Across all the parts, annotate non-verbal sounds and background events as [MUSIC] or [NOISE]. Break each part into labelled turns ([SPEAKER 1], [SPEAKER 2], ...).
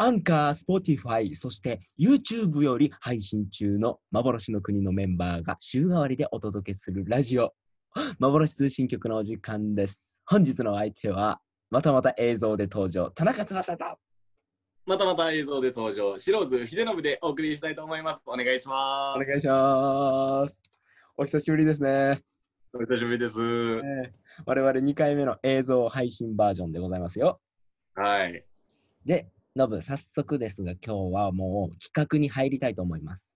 [SPEAKER 1] アンカー、スポーティファイ、そして YouTube より配信中の幻の国のメンバーが週替わりでお届けするラジオ、 [LAUGHS] 幻通信局のお時間です。本日のお相手は、またまた映像で登場、田中翼と
[SPEAKER 2] またまた映像で登場、白津秀信でお送りしたいと思います。お願いしま
[SPEAKER 1] お
[SPEAKER 2] す。
[SPEAKER 1] 願いします。お久しぶりですね。
[SPEAKER 2] お久しぶりです。
[SPEAKER 1] ね我々2回目の映像配信バージョンでございますよ。
[SPEAKER 2] はい。
[SPEAKER 1] で、ノブ、早速ですが、今日はもう企画に入りたいと思います。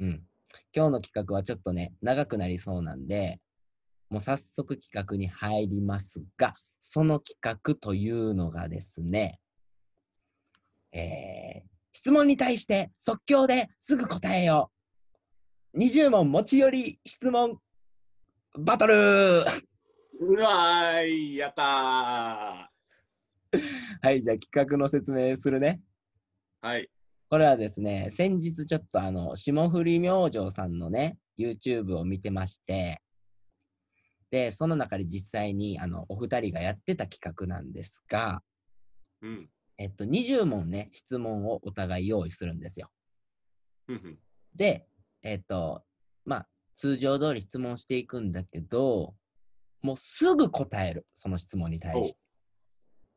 [SPEAKER 1] うん。今日の企画はちょっとね、長くなりそうなんで、もう早速企画に入りますが、その企画というのがですね、えー、質問に対して即興ですぐ答えよう。20問持ち寄り質問バトル [LAUGHS]
[SPEAKER 2] うわーい、やったー。
[SPEAKER 1] はい、じゃあ企画の説明するね。
[SPEAKER 2] はい。
[SPEAKER 1] これはですね、先日ちょっとあの、霜降り明星さんのね、YouTube を見てまして、で、その中で実際にあの、お二人がやってた企画なんですが、
[SPEAKER 2] うん。
[SPEAKER 1] えっと、20問ね、質問をお互い用意するんですよ。
[SPEAKER 2] ふんふん
[SPEAKER 1] で、えっと、まあ、通常通り質問していくんだけど、もうすぐ答える、その質問に対して。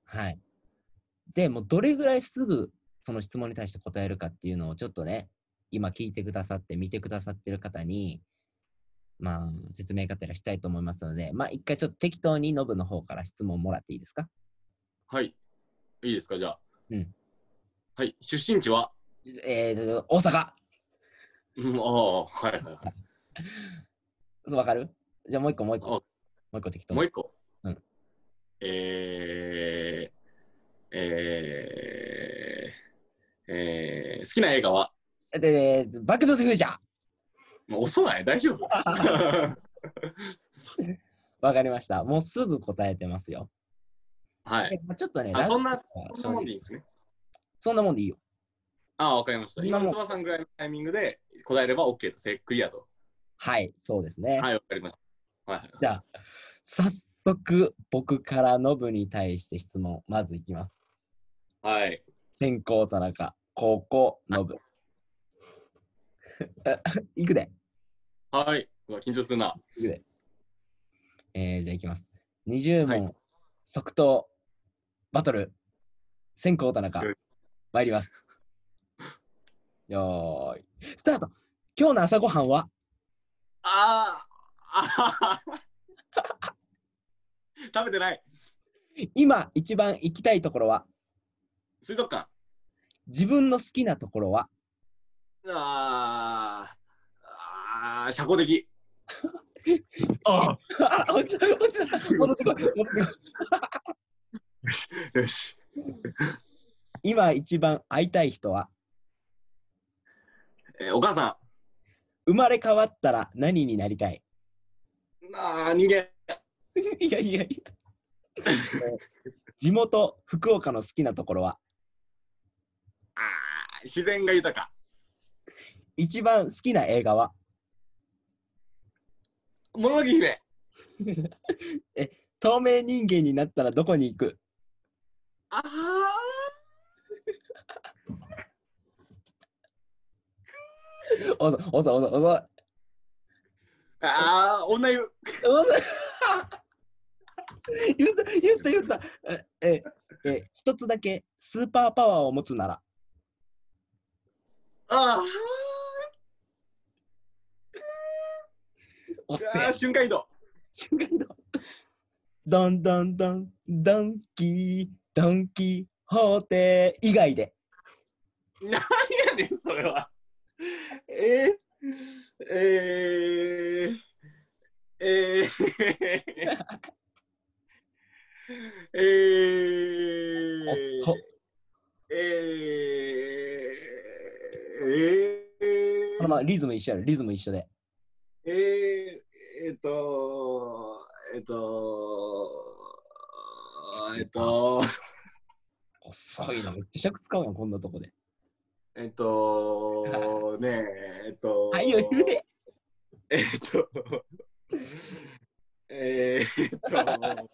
[SPEAKER 1] はい。で、もうどれぐらいすぐその質問に対して答えるかっていうのをちょっとね、今聞いてくださって、見てくださってる方に、まあ、説明がてらしたいと思いますので、まあ、一回ちょっと適当にノブの方から質問もらっていいですか
[SPEAKER 2] はい。いいですか、じゃあ。
[SPEAKER 1] うん。
[SPEAKER 2] はい。出身地は
[SPEAKER 1] えー、大阪
[SPEAKER 2] うん、ああ、はいはいは
[SPEAKER 1] わかるじゃあもう一個、もう一個。
[SPEAKER 2] あ
[SPEAKER 1] もう一個適
[SPEAKER 2] い。
[SPEAKER 1] 当
[SPEAKER 2] もう一個。
[SPEAKER 1] うん。
[SPEAKER 2] えー。えー、えー、好きな映画は
[SPEAKER 1] で、バックドゥザフューチャー
[SPEAKER 2] もう遅ない大丈
[SPEAKER 1] [LAUGHS]
[SPEAKER 2] 夫
[SPEAKER 1] わかりました。もうすぐ答えてますよ。
[SPEAKER 2] はい。
[SPEAKER 1] えまあちょっとね、
[SPEAKER 2] あ、
[SPEAKER 1] ラ
[SPEAKER 2] そんな、そん
[SPEAKER 1] 正
[SPEAKER 2] なも
[SPEAKER 1] 直
[SPEAKER 2] んでいいんですね。
[SPEAKER 1] そんなもんでいいよ。
[SPEAKER 2] ああ、わかりました。
[SPEAKER 1] 今
[SPEAKER 2] 今の
[SPEAKER 1] も
[SPEAKER 2] 妻さんぐらいのタイミングで答えれば OK と、せクリアと。
[SPEAKER 1] はい、そうですね。
[SPEAKER 2] はい、わかりました。はいはい
[SPEAKER 1] じゃあ、早速、僕からノブに対して質問、まずいきます。
[SPEAKER 2] はい。はい。
[SPEAKER 1] 先行田中、高校ノブ。 [LAUGHS] いくで、
[SPEAKER 2] はい。うわ、緊張するな。
[SPEAKER 1] いくで。えー、じゃあいきます。20問、
[SPEAKER 2] は
[SPEAKER 1] 即答、バトル、先行田中
[SPEAKER 2] よい、
[SPEAKER 1] 参ります。よーい、スタート今日の朝ごはんは
[SPEAKER 2] ああああ [LAUGHS] 食べてない。
[SPEAKER 1] 今一番行きたいところは
[SPEAKER 2] 水族館。
[SPEAKER 1] 自分の好きなところは
[SPEAKER 2] ああああ社交的。あ
[SPEAKER 1] [LAUGHS] あ落ちた落ちた戻ってこい戻ってこい
[SPEAKER 2] あよし。
[SPEAKER 1] 今一番会いたい人は
[SPEAKER 2] えーお母さ
[SPEAKER 1] 生まれ変わったら何になりたい
[SPEAKER 2] ん。ああ人間。
[SPEAKER 1] いやいやいや地元福岡の好きなところは
[SPEAKER 2] ああ自然が豊か。
[SPEAKER 1] 一番好きな映画は
[SPEAKER 2] もののけ姫。
[SPEAKER 1] 透明人間になったらどこに行く
[SPEAKER 2] ああ
[SPEAKER 1] おぞおぞおぞおぞ [LAUGHS]
[SPEAKER 2] ああ女湯。
[SPEAKER 1] おぞ言った言った言ったえええ一つだけスーパーパワーを持つなら
[SPEAKER 2] あ
[SPEAKER 1] おっせ
[SPEAKER 2] あああ瞬間移動。
[SPEAKER 1] 瞬間移動ドンドンドンドンキードンキホーテ以外で
[SPEAKER 2] やねん、それは。えー、えー、えー、えー
[SPEAKER 1] おっと、
[SPEAKER 2] えー、え
[SPEAKER 1] このままリズム一緒やろ、リズム一緒で。
[SPEAKER 2] ー、えー、えっと、えっと、えっと、
[SPEAKER 1] 遅いな、めっちゃ尺使うやん、こんなとこで。
[SPEAKER 2] えっと、ねえ、えっと、
[SPEAKER 1] はいよ、言え。
[SPEAKER 2] えーっと、えーっと、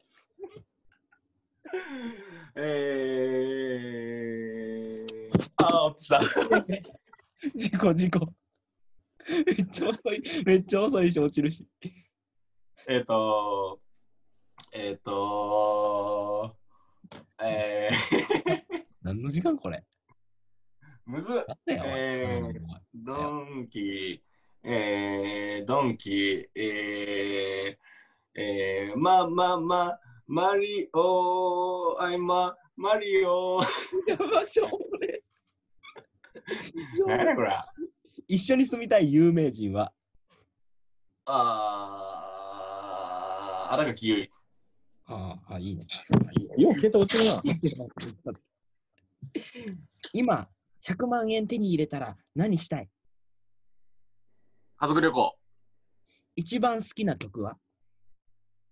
[SPEAKER 2] えー、あー、落ちた。
[SPEAKER 1] 事故、事故。めっちゃ遅い、めっちゃ遅いし、落ちるし。
[SPEAKER 2] えーっと、えーっと、えー、
[SPEAKER 1] 何の時間これ
[SPEAKER 2] むずっ、
[SPEAKER 1] なんだよ、おい
[SPEAKER 2] えードンキ、えー、ドンキ、えー、えー、まあまあまあ、マリオ、あいま、マリオ、
[SPEAKER 1] やばしょうね
[SPEAKER 2] なんだこれ。
[SPEAKER 1] 一緒に住みたい有名人は
[SPEAKER 2] あー、荒垣結
[SPEAKER 1] ああ、いいね。
[SPEAKER 3] よう、携帯落ちるな。
[SPEAKER 1] 今、100万円手に入れたら何したい
[SPEAKER 2] 家族旅行。
[SPEAKER 1] 一番好きな曲は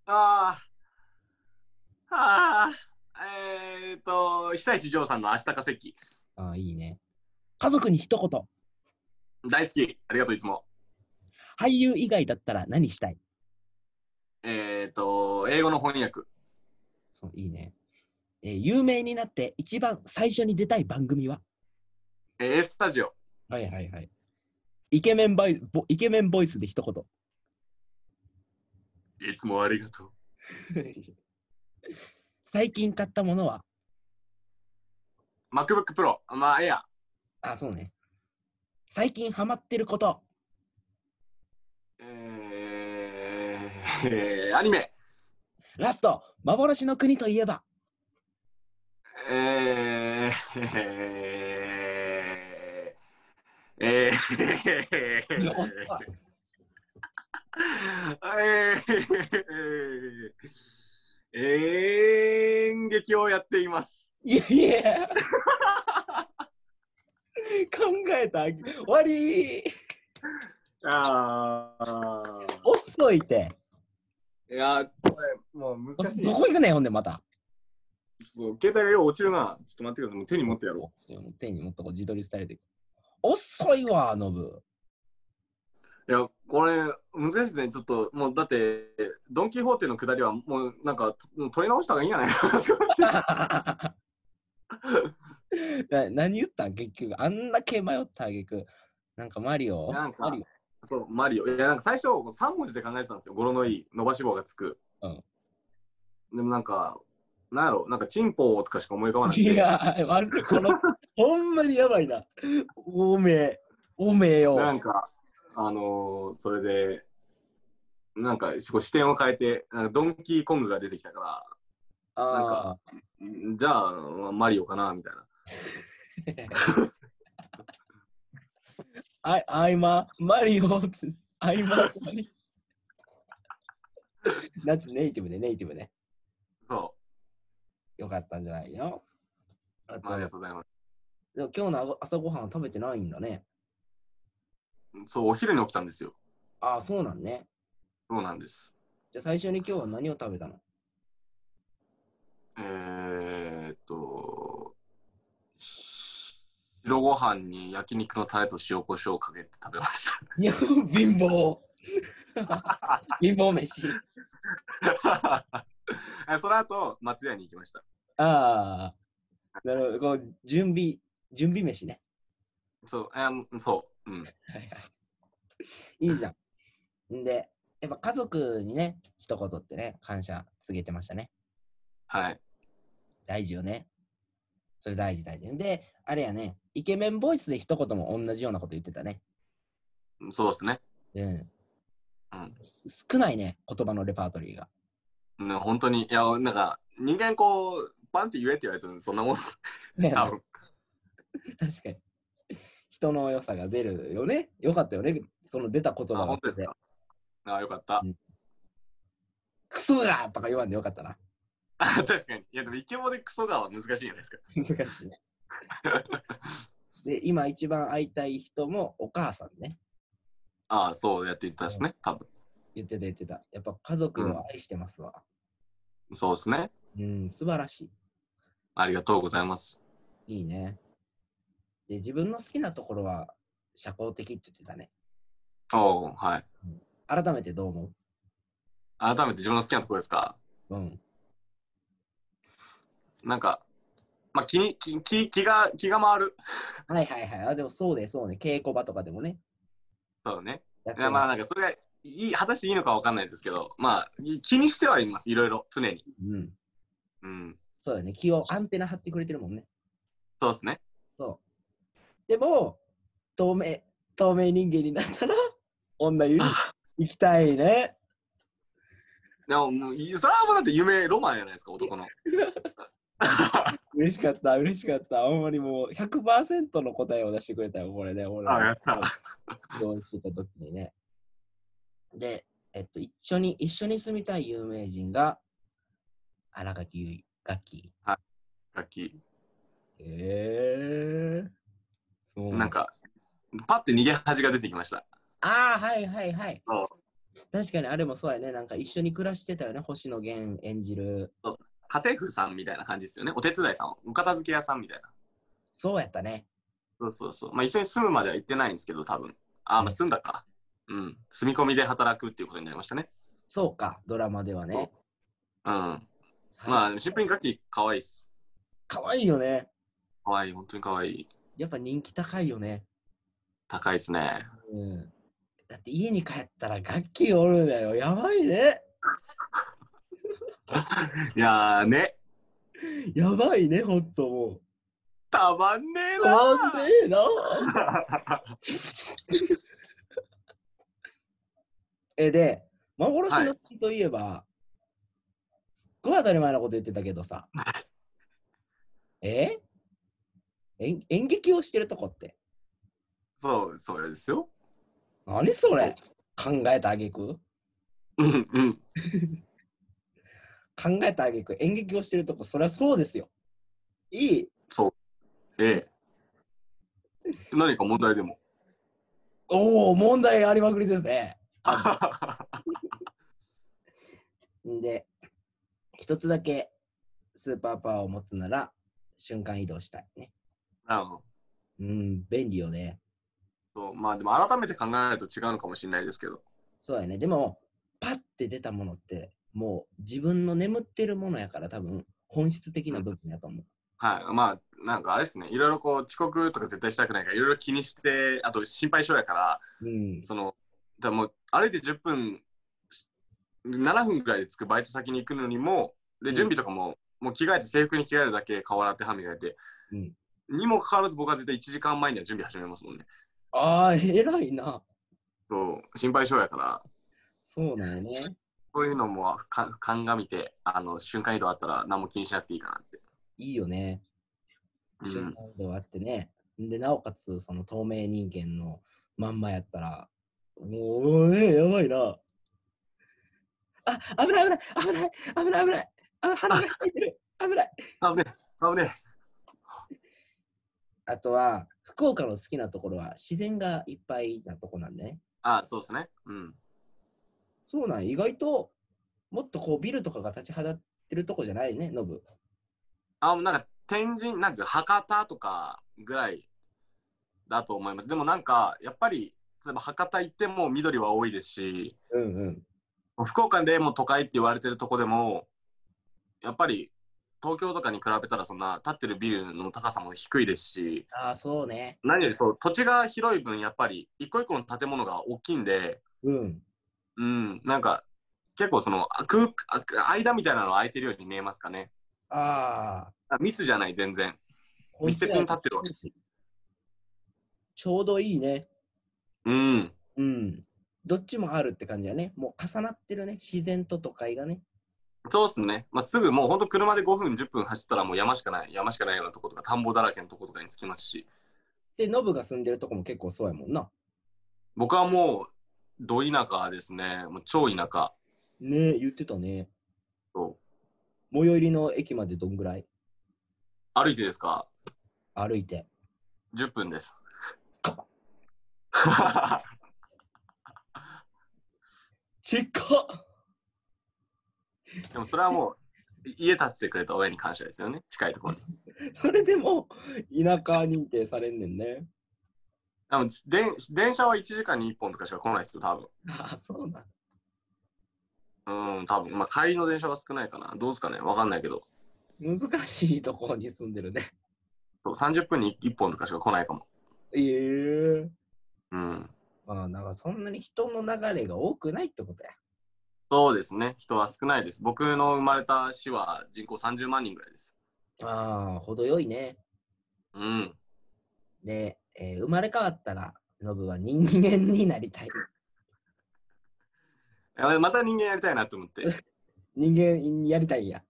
[SPEAKER 2] あー、あー、えーと、久石譲さんの明日化石。
[SPEAKER 1] ああ、いいね。家族に一言、
[SPEAKER 2] 大好き。ありがとう、いつも。
[SPEAKER 1] 俳優以外だったら何したい
[SPEAKER 2] えーと、英語の翻訳。
[SPEAKER 1] そういいね、えー有名になって一番最初に出たい番組は
[SPEAKER 2] えー、A スタジオ。
[SPEAKER 1] はいはいはい。イケメンバイボイケメンボイスで一 [LAUGHS] 言。
[SPEAKER 2] いつもありがとう。
[SPEAKER 1] 最近買ったものは
[SPEAKER 2] MacBook Pro。まあ、ええや。
[SPEAKER 1] あ、そうね。最近ハマってること。
[SPEAKER 2] えー、えーアニメ。
[SPEAKER 1] ラスト、幻の国といえば。
[SPEAKER 2] えー、えー、えー、
[SPEAKER 1] いや遅い
[SPEAKER 2] えー、演劇をやっています。
[SPEAKER 1] いやいや。考えた。終わり
[SPEAKER 2] ああ。
[SPEAKER 1] 遅いって。
[SPEAKER 2] いや、これ、もう難しい。ち
[SPEAKER 1] ど
[SPEAKER 2] ょ
[SPEAKER 1] こ行くねん、ほんでまた。
[SPEAKER 2] っと携帯がよう落ちるな。ちょっと待ってください。もう手に持ってやろ
[SPEAKER 1] 手に持っとこう自撮りスタイルで。遅いわ、ノブ。 [LAUGHS]
[SPEAKER 2] う。いや、これ、難しいですね。ちょっと、もう、だって、ドン・キホーテの下りは、もう、なんか、と取り直した方がいいんじゃないかな。 [LAUGHS]
[SPEAKER 1] な何言ったん結局あんだけ迷ったあげくなんかマリオ
[SPEAKER 2] なんか
[SPEAKER 1] マリ
[SPEAKER 2] そう、マリオ。いや、なんか最初、3文字で考えてたんですよ。語呂のいい、伸ばし棒がつく。
[SPEAKER 1] うん
[SPEAKER 2] でもなんか、なんやろ、なんか、チンポとかしか思い浮かばな
[SPEAKER 1] オ
[SPEAKER 2] い。
[SPEAKER 1] いや悪いこのほんまにやばいなおめえおめえよ
[SPEAKER 2] なんか、あのー、それで、なんか、こう視点を変えて、なんかドンキーコングが出てきたかなん
[SPEAKER 1] あ
[SPEAKER 2] から、んじゃあ、マリオかな、みたいな。
[SPEAKER 1] ーああいまマリオつあいまマリオ [LAUGHS] だってネイティブねネイティブね
[SPEAKER 2] そ
[SPEAKER 1] よかったんじゃないのあ
[SPEAKER 2] う、まあ、ありが
[SPEAKER 1] と
[SPEAKER 2] とうございます。
[SPEAKER 1] でも今日の朝ごはんは食べてないんだね
[SPEAKER 2] そう、お昼に起きたんですよ。
[SPEAKER 1] ああそうなんね
[SPEAKER 2] そうなんです。
[SPEAKER 1] じゃあ最初に今日は何を食べたの
[SPEAKER 2] えー、っと、し白ご飯に焼肉のタレと塩コショウをかけて食べました。
[SPEAKER 1] いや、貧乏。 [LAUGHS] 貧乏飯。
[SPEAKER 2] え [LAUGHS] その後、松屋に行きました。
[SPEAKER 1] ああ。なるほど。こう準備、準備飯ね。
[SPEAKER 2] そう、えーそう、うん。
[SPEAKER 1] いいじゃん。んで、やっぱ家族にね、一言ってね、感謝告げてましたね。
[SPEAKER 2] はい。
[SPEAKER 1] 大事よね。それ大事大事。で、あれやね、イケメンボイスで一言も同じようなこと言ってたね。
[SPEAKER 2] そうですね。
[SPEAKER 1] うん。
[SPEAKER 2] うん
[SPEAKER 1] す少ないね、言葉のレパートリーが。
[SPEAKER 2] ね本当に、いや、なんか、人間こう、バンって言えって言われてるのそんなもんっす。
[SPEAKER 1] ね
[SPEAKER 2] 多分
[SPEAKER 1] 確かに。人の良さが出るよね。よかったよね。その出た言葉
[SPEAKER 2] あ、
[SPEAKER 1] が
[SPEAKER 2] 本当ですか。あ、よかった。
[SPEAKER 1] クソがとか言わんでよかったな。
[SPEAKER 2] あ、 [LAUGHS] 確かに。いや、でもイケボでクソがは難しいじゃないですか。
[SPEAKER 1] 難しいね。で、今一番会いたい人もお母さんね。
[SPEAKER 2] ああ、そうやって言ったですね。多分。
[SPEAKER 1] 言ってた言ってた。やっぱ家族を愛してますわ。
[SPEAKER 2] そうですね。
[SPEAKER 1] うん、素晴らし
[SPEAKER 2] ありがとうございます。
[SPEAKER 1] い。いいね。で、自分の好きなところは社交的って言ってたね。
[SPEAKER 2] おおはい。
[SPEAKER 1] 改めてどう思
[SPEAKER 2] 改めて自分の好きなところですか
[SPEAKER 1] ううん。
[SPEAKER 2] なんか、まあ、気に、気、気気が、気が回る。
[SPEAKER 1] はいはいはい。あ、でもそうでそうね。稽古場とかでもね。
[SPEAKER 2] そうね。
[SPEAKER 1] やって
[SPEAKER 2] いやまあ
[SPEAKER 1] ま
[SPEAKER 2] なんかそれがいい果たしていいのかわかんないですけどまあい気にしてはいますいろいろ常に
[SPEAKER 1] すうん。
[SPEAKER 2] うん
[SPEAKER 1] そうだよね。気をアンテナ張ってくれてるもんね。
[SPEAKER 2] そうですね
[SPEAKER 1] そう。でも、透明、透明人間になったら、女湯に行きたいね。
[SPEAKER 2] でももういそれはもうだって夢ロマンじゃないですか男のあ
[SPEAKER 1] 嬉しかった、嬉しかった。ほんまにもう100%の答えを出してくれたよ、これね。俺
[SPEAKER 2] や
[SPEAKER 1] ら
[SPEAKER 2] った
[SPEAKER 1] 同してた時にね。で、えっと、一緒に、一緒に住みたい有名人が、荒垣結衣、ガッキ
[SPEAKER 2] 楽器
[SPEAKER 1] ー。へえー。そう
[SPEAKER 2] なん。かパッて逃げ恥が出てきました
[SPEAKER 1] ああ、はいはいはい
[SPEAKER 2] そう。
[SPEAKER 1] 確かにあれもそうやね。なんか一緒に暮らしてたよね。星野源演じる。
[SPEAKER 2] 家政婦さんみたいな感じですよねお手伝いさんお片付け屋さんみたいな
[SPEAKER 1] そうやったね。
[SPEAKER 2] そうそうそうまあ一緒に住むまでは行ってないんですけど多分あーまあ住んだかうん住み込みで働くっていうことになりましたね
[SPEAKER 1] そうか、ドラマではね。
[SPEAKER 2] うんま
[SPEAKER 1] あ、
[SPEAKER 2] あでもシンプルに楽器可愛いっす
[SPEAKER 1] かわいいよね。
[SPEAKER 2] 可愛い本当に可愛い
[SPEAKER 1] やっぱ人気高いよね。
[SPEAKER 2] 高いっすね
[SPEAKER 1] うん。だって家に帰ったら楽器おるんだよ。やばいね。
[SPEAKER 2] いやーね、
[SPEAKER 1] やばいね、ほんとも
[SPEAKER 2] たまんねえ
[SPEAKER 1] う。
[SPEAKER 2] な
[SPEAKER 1] なんで [LAUGHS] な。え、で、幻の月といえば、すっごい当たり前なこと言ってたけどさ。え演演劇をしてるとこって。
[SPEAKER 2] そう、そうですよ。
[SPEAKER 1] 何それ考えたあげく
[SPEAKER 2] うんうん。
[SPEAKER 1] 考えたあげく演劇をしてるとこそりゃそうですよいい
[SPEAKER 2] ええ。何か問題で [LAUGHS] も。
[SPEAKER 1] おお問題ありまくりですねんで一つだけスーパーパワーを持つなら瞬間移動したいね
[SPEAKER 2] うん
[SPEAKER 1] うん便利よね
[SPEAKER 2] そうまあでも改めて考えないと違うのかもしれないですけど。
[SPEAKER 1] そうやねでもパッて出たものってもう自分の眠ってるものやから多分本質的な部分やと思う
[SPEAKER 2] はい。まあ、なんかあれですね。いろいろこう、遅刻とか絶対したくないから、いろいろ気にして、あと心配性やから、
[SPEAKER 1] うん
[SPEAKER 2] その、でもう歩いて10分、7分ぐらいで着くバイト先に行くのにも、で、準備とかも、もう着替えて制服に着替えるだけ、顔洗って歯磨いて、
[SPEAKER 1] うん
[SPEAKER 2] にもかかわらず僕は絶対1時間前には準備始めますもんね。
[SPEAKER 1] ああ偉いな
[SPEAKER 2] そう、心配性やから、
[SPEAKER 1] そうなんや [LAUGHS] ね
[SPEAKER 2] そういうのもか鑑みて、あの、瞬間移動あったら何も気にしなくていいかなって。
[SPEAKER 1] いいよね
[SPEAKER 2] う
[SPEAKER 1] 瞬
[SPEAKER 2] ん、
[SPEAKER 1] 間移動あってね、でなおかつその透明人間のまんまやったらもうねやばいなあ危ない危ない危ない危ない危ないあ鼻が開いてる危ない
[SPEAKER 2] あぶねえ、あぶね
[SPEAKER 1] あとは福岡の好きなところは自然がいっぱいなとこなんでね
[SPEAKER 2] あそうですね。うん。
[SPEAKER 1] そうなんや意外ともっとこうビルとかが立ちはだってるとこじゃないねノブ
[SPEAKER 2] あ、もうなんか、天神、なんていうの博多とかぐらいだと思います。でもなんか、やっぱり、例えば博多行っても緑は多いですし、
[SPEAKER 1] うんうん
[SPEAKER 2] 福岡でも都会って言われてるとこでも、やっぱり、東京とかに比べたらそんな立ってるビルの高さも低いですし、
[SPEAKER 1] ああそうね
[SPEAKER 2] 何よりそう土地が広い分やっぱり一個一個の建物が大きいんで
[SPEAKER 1] うん
[SPEAKER 2] うんなんか結構そのあ空あ間みたいなのは空いてるように見えますかね
[SPEAKER 1] ああ
[SPEAKER 2] あ密じゃない全然密接に立ってるわけ
[SPEAKER 1] ちょうどいいね
[SPEAKER 2] うん
[SPEAKER 1] うん。どっちもあるって感じだね。もう重なってるね。自然と都会がね。
[SPEAKER 2] そうっすね、まあ、すぐもうほんと車で5分10分走ったらもう山しかない山しかないようなとことか田んぼだらけのとことかに着きますし
[SPEAKER 1] で、ノブが住んでるとこも結構そうやもんな。
[SPEAKER 2] 僕はもう、ど田舎ですね。もう超田舎。
[SPEAKER 1] ねえ、言ってたね。
[SPEAKER 2] そう
[SPEAKER 1] 最寄りの駅までどんぐらい
[SPEAKER 2] 歩いてですか
[SPEAKER 1] 歩いて。
[SPEAKER 2] ?10 分です。 [LAUGHS]
[SPEAKER 1] ちっ [LAUGHS] か
[SPEAKER 2] でもそれはもう、い家建ててくれた親に感謝ですよね。近いところに。
[SPEAKER 1] それでも田舎認定されんねんね。
[SPEAKER 2] 多分電電車は1時間に1本とかしか来ないですよ、多分。
[SPEAKER 1] ああ、そうなん。
[SPEAKER 2] うん、多分。まあ、帰りの電車が少ないかな。どうですかねわかんないけど。
[SPEAKER 1] 難しいところに住んでるね。
[SPEAKER 2] そう、30分に1本とかしか来ないかも。
[SPEAKER 1] ええ
[SPEAKER 2] うん。
[SPEAKER 1] まあ、なんかそんなに人の流れが多くないってことや。
[SPEAKER 2] そうですね。人は少ないです。僕の生まれた市は人口30万人ぐらいです。
[SPEAKER 1] ああ、程よいね。
[SPEAKER 2] うん。
[SPEAKER 1] で、えー生まれ変わったら、ノブは人間になりたい。
[SPEAKER 2] あまた人間やりたいなと思って。
[SPEAKER 1] 人間やりたいんや。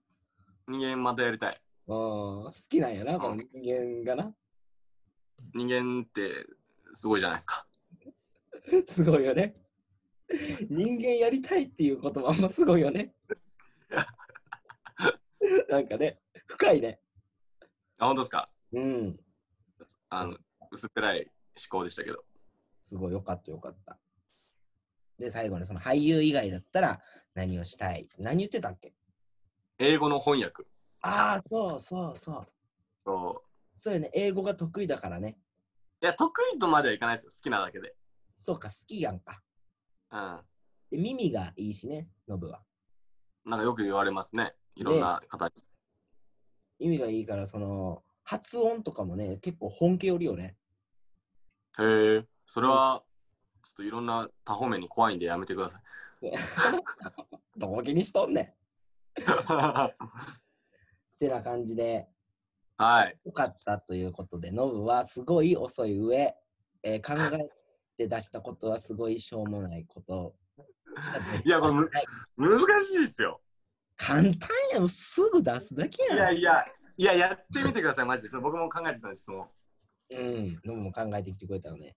[SPEAKER 2] 人間またやりたい。
[SPEAKER 1] うん、好きなんやな、この人間がな。 [LAUGHS]
[SPEAKER 2] 人間ってすごいじゃないですか。
[SPEAKER 1] すごいよね。人間やりたいっていう言葉もすごいよ [LAUGHS] ね。なんかね、深いね。
[SPEAKER 2] あ、本当ですか
[SPEAKER 1] うん、
[SPEAKER 2] あの、薄っぺらい思考でしたけど。
[SPEAKER 1] すごいよかったよかった。で、最後にその俳優以外だったら何をしたい何言ってたっけ
[SPEAKER 2] 英語の翻訳。
[SPEAKER 1] ああ、そうそうそう。
[SPEAKER 2] そう
[SPEAKER 1] そうよね、英語が得意だからね。
[SPEAKER 2] いや、得意とまではいかないですよ。好きなだけで。
[SPEAKER 1] そうか、好きやんか。
[SPEAKER 2] うん。
[SPEAKER 1] で、耳がいいしね、ノブは。
[SPEAKER 2] なんかよく言われますね。いろんな方に。
[SPEAKER 1] 耳がいいから、その、発音とかもね、結構本気よりよね。
[SPEAKER 2] へえ。それは、ちょっといろんな多方面に怖いんでやめてください。
[SPEAKER 1] どう気にしとんねん。ってな感じで、
[SPEAKER 2] [LAUGHS] はい。
[SPEAKER 1] よかったということで、ノブはすごい遅い上、えー考えて出したことはすごいしょうもないことしか出てこない
[SPEAKER 2] やこれむ難しいですよ。
[SPEAKER 1] 簡単やん、すぐ出すだけ
[SPEAKER 2] いや
[SPEAKER 1] やん。
[SPEAKER 2] いや、いや、やってみてください、マジで。それ僕も考えてたんです、質問。
[SPEAKER 1] うん、ノブも考えてきてくれたよね。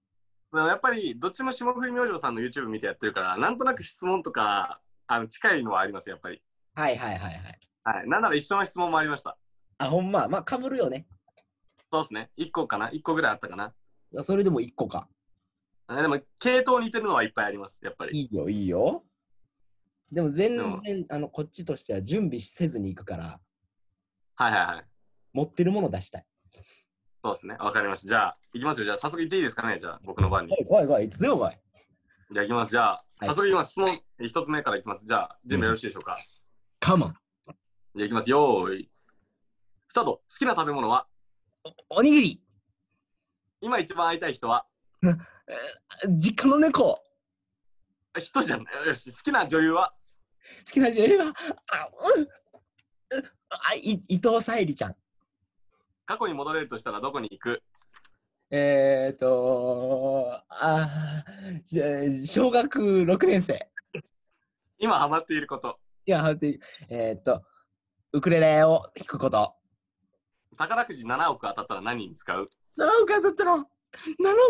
[SPEAKER 2] そのやっぱり、どっちも霜降り明星さんの YouTube 見てやってるから、なんとなく質問とか、あの近いのはあります、やっぱり。
[SPEAKER 1] はいはいはいはい。
[SPEAKER 2] はい。なんなら一緒の質問もありました。
[SPEAKER 1] あ、ほんま、まあ、かぶるよね。
[SPEAKER 2] そうですね。1個かな ?1 個ぐらいあったかな
[SPEAKER 1] まあそれでも1個か。
[SPEAKER 2] あでも、系統似てるのはいっぱいあります、やっぱり。
[SPEAKER 1] いいよ、いいよ。でも全
[SPEAKER 2] でも
[SPEAKER 1] 然、あの、こっちとしては準備せずに行くから、
[SPEAKER 2] はいはいはい。
[SPEAKER 1] 持ってるもの出したい。
[SPEAKER 2] そうですね。わかりました。じゃあ、いきますよ。じゃあ、早速行っていいですかねじゃあ、僕の番に
[SPEAKER 1] お。い、おい、おい、いつでもおい。
[SPEAKER 2] じゃあ、行きます。じゃあ、
[SPEAKER 1] い
[SPEAKER 2] 早速行きます。質問、1つ目から行きます。じゃあ、準備よろしいでしょうか、
[SPEAKER 1] カモン。
[SPEAKER 2] じゃあ、行きます。よーい。スタート。好きな食べ物は
[SPEAKER 1] おにぎり
[SPEAKER 2] 今一番会いたい人は
[SPEAKER 1] 実家の猫
[SPEAKER 2] あ人じゃない。よし、好きな女優は
[SPEAKER 1] 好きな女優は、あ、うんうあい伊藤沙莉ちゃん。
[SPEAKER 2] 過去に戻れるとしたらどこに行く
[SPEAKER 1] えーと、あーじゃ小学6年生。
[SPEAKER 2] 今ハマっていること。
[SPEAKER 1] いや、待ってえーと、ウクレレを弾くこと。
[SPEAKER 2] 宝くじ7億当たったら何に使う [LAUGHS]
[SPEAKER 1] 7億当たったら、7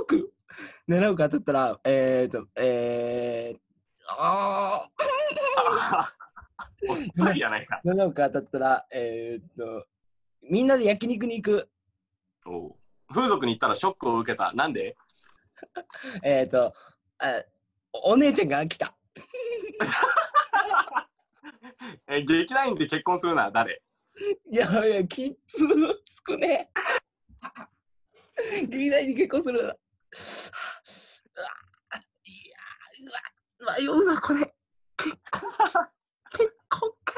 [SPEAKER 1] 億 ?7 億当たったら、えーと、えー、あ
[SPEAKER 2] あおっさりやないか。
[SPEAKER 1] ー、7億当たったら、えーと、みんなで焼肉に行く。
[SPEAKER 2] おう風俗に行ったらショックを受けた。なんで
[SPEAKER 1] えーと、あお姉ちゃんが来た。
[SPEAKER 2] え劇団員で結婚するなら誰
[SPEAKER 1] いやいや、きっつ少ねえ。劇団に結婚するなら。はあうわいやー、うわ、迷うな、これ。結婚、結婚か。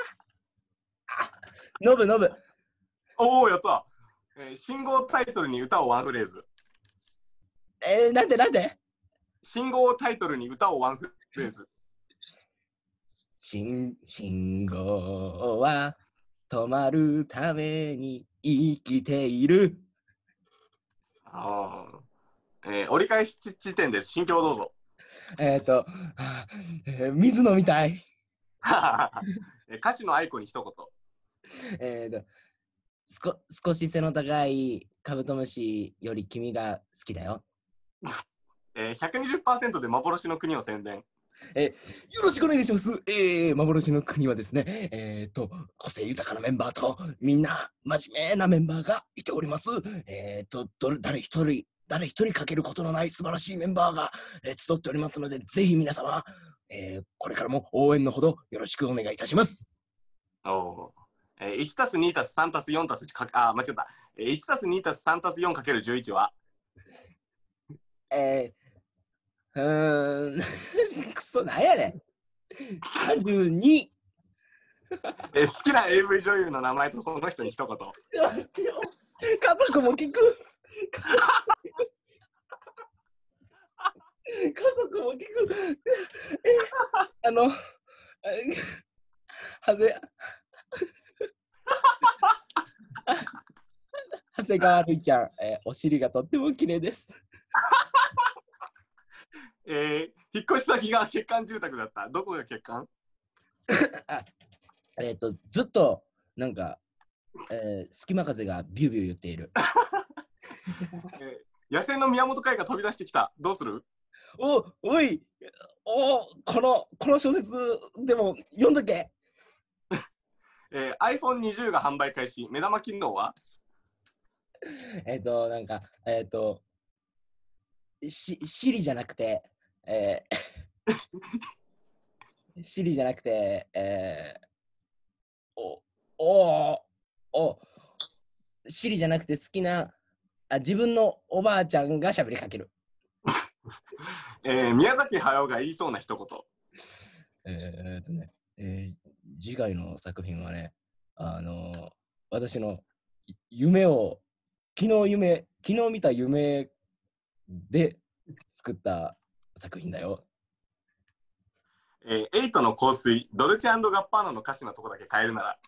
[SPEAKER 1] あノブ、ノブ。
[SPEAKER 2] おお、やった、えー信号タイトルに歌をワンフレーズ。
[SPEAKER 1] えー、なんでなんで
[SPEAKER 2] 信号タイトルに歌をワンフレーズ。
[SPEAKER 1] 信信号は止まるために生きている。
[SPEAKER 2] あーえー折り返し地地点です。心境をどうぞ。 [LAUGHS]
[SPEAKER 1] えっ、ー、と、はあえー水飲みたい。
[SPEAKER 2] えー歌手の愛子に一言。
[SPEAKER 1] [LAUGHS] えーと、すこ少し背の高いカブトムシより君が好きだよ。
[SPEAKER 2] えー、120%で幻の国を宣伝。
[SPEAKER 1] よろしくお願いします。えー、幻の国はですね、えー、と、個性豊かなメンバーと、みんな真面目なメンバーがいております。えー、と、どれ誰一人、誰一人欠けることのない素晴らしいメンバーが、えー集っておりますので、ぜひ皆様、えーこれからも応援のほどよろしくお願いいたします。
[SPEAKER 2] おーえー、1たす2たす3たす4たすかあー間違った、えー、1たす2たす3たす4かける11は
[SPEAKER 1] えー、うーん、 [LAUGHS] くそ、なんやねん。32!
[SPEAKER 2] えー好きな AV 女優の名前とその人に一言
[SPEAKER 1] 待ってよ家族も聞く家族も聞くえあのえはぜ長谷川るいちゃん、えーお尻がとっても綺麗です
[SPEAKER 2] えー引っ越し先が欠陥住宅だったどこが欠陥
[SPEAKER 1] えっ、とずっとなんか、えー隙間風がビュービュー言っている
[SPEAKER 2] 野生の宮本海が飛び出してきたどうする
[SPEAKER 1] おおいおこのこの小説でも読んどけ
[SPEAKER 2] えー、iPhone20 が販売開始目玉金のは
[SPEAKER 1] えっ、と、なんか、えっ、と、し、シリじゃなくて、えー、シリじゃなくて、えー、お、おー、お、シリじゃなくて好きな、あ、自分のおばあちゃんがしゃべりかける。
[SPEAKER 2] えー、宮崎駿が言いそうな一言
[SPEAKER 1] えー、っとね、えー次回の作品はね、あのー私のい夢を、昨日夢、昨日見た夢で作った作品だよ。
[SPEAKER 2] えー、エイトの香水ドルチェガッパーノの歌詞のとこだけ変えるなら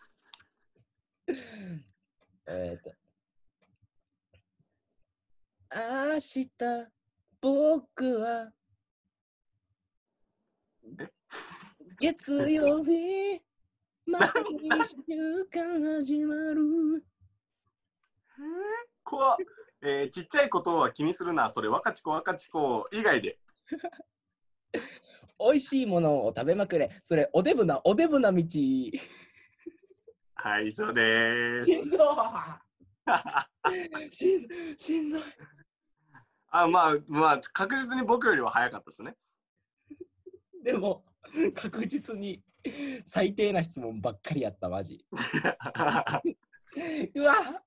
[SPEAKER 1] えーっと。明日、僕は、月曜日、毎 [LAUGHS] 週から始ま
[SPEAKER 2] えー
[SPEAKER 1] る。
[SPEAKER 2] 怖っえー、ちっちゃいことは気にするな、それ、若ちこ若ちこ以外で。
[SPEAKER 1] 美味しいものを食べまくれ。それ、おデブな、おデブな道。
[SPEAKER 2] はい、以上です。
[SPEAKER 1] しんどい。しんしんどい。
[SPEAKER 2] [LAUGHS] あ、まあ、まあ、確実に僕よりは早かったですね。 [LAUGHS]
[SPEAKER 1] でも、確実に最低な質問ばっかりやった、マジ。うわ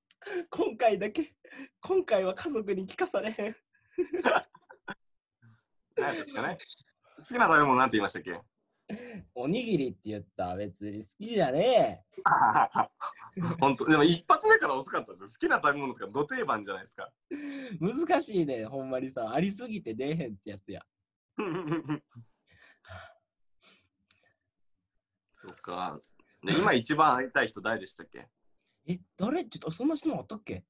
[SPEAKER 1] 今回だけ、今回は家族に聞かされへん。
[SPEAKER 2] 何ですかね。好きな食べ物なんて言いましたっけ [LAUGHS]
[SPEAKER 1] おにぎりって言ったら別に好きじゃね
[SPEAKER 2] 本当、でも一発目から遅かったですよ。好きな食べ物とか、ど定番じゃないですか。 [LAUGHS]
[SPEAKER 1] え。難しいね、ほんまにさ。ありすぎて出えへんってやつや。
[SPEAKER 2] そっか。で今一番会いたい人誰でしたっけ
[SPEAKER 1] え、誰って言ったそんな質問あったっけ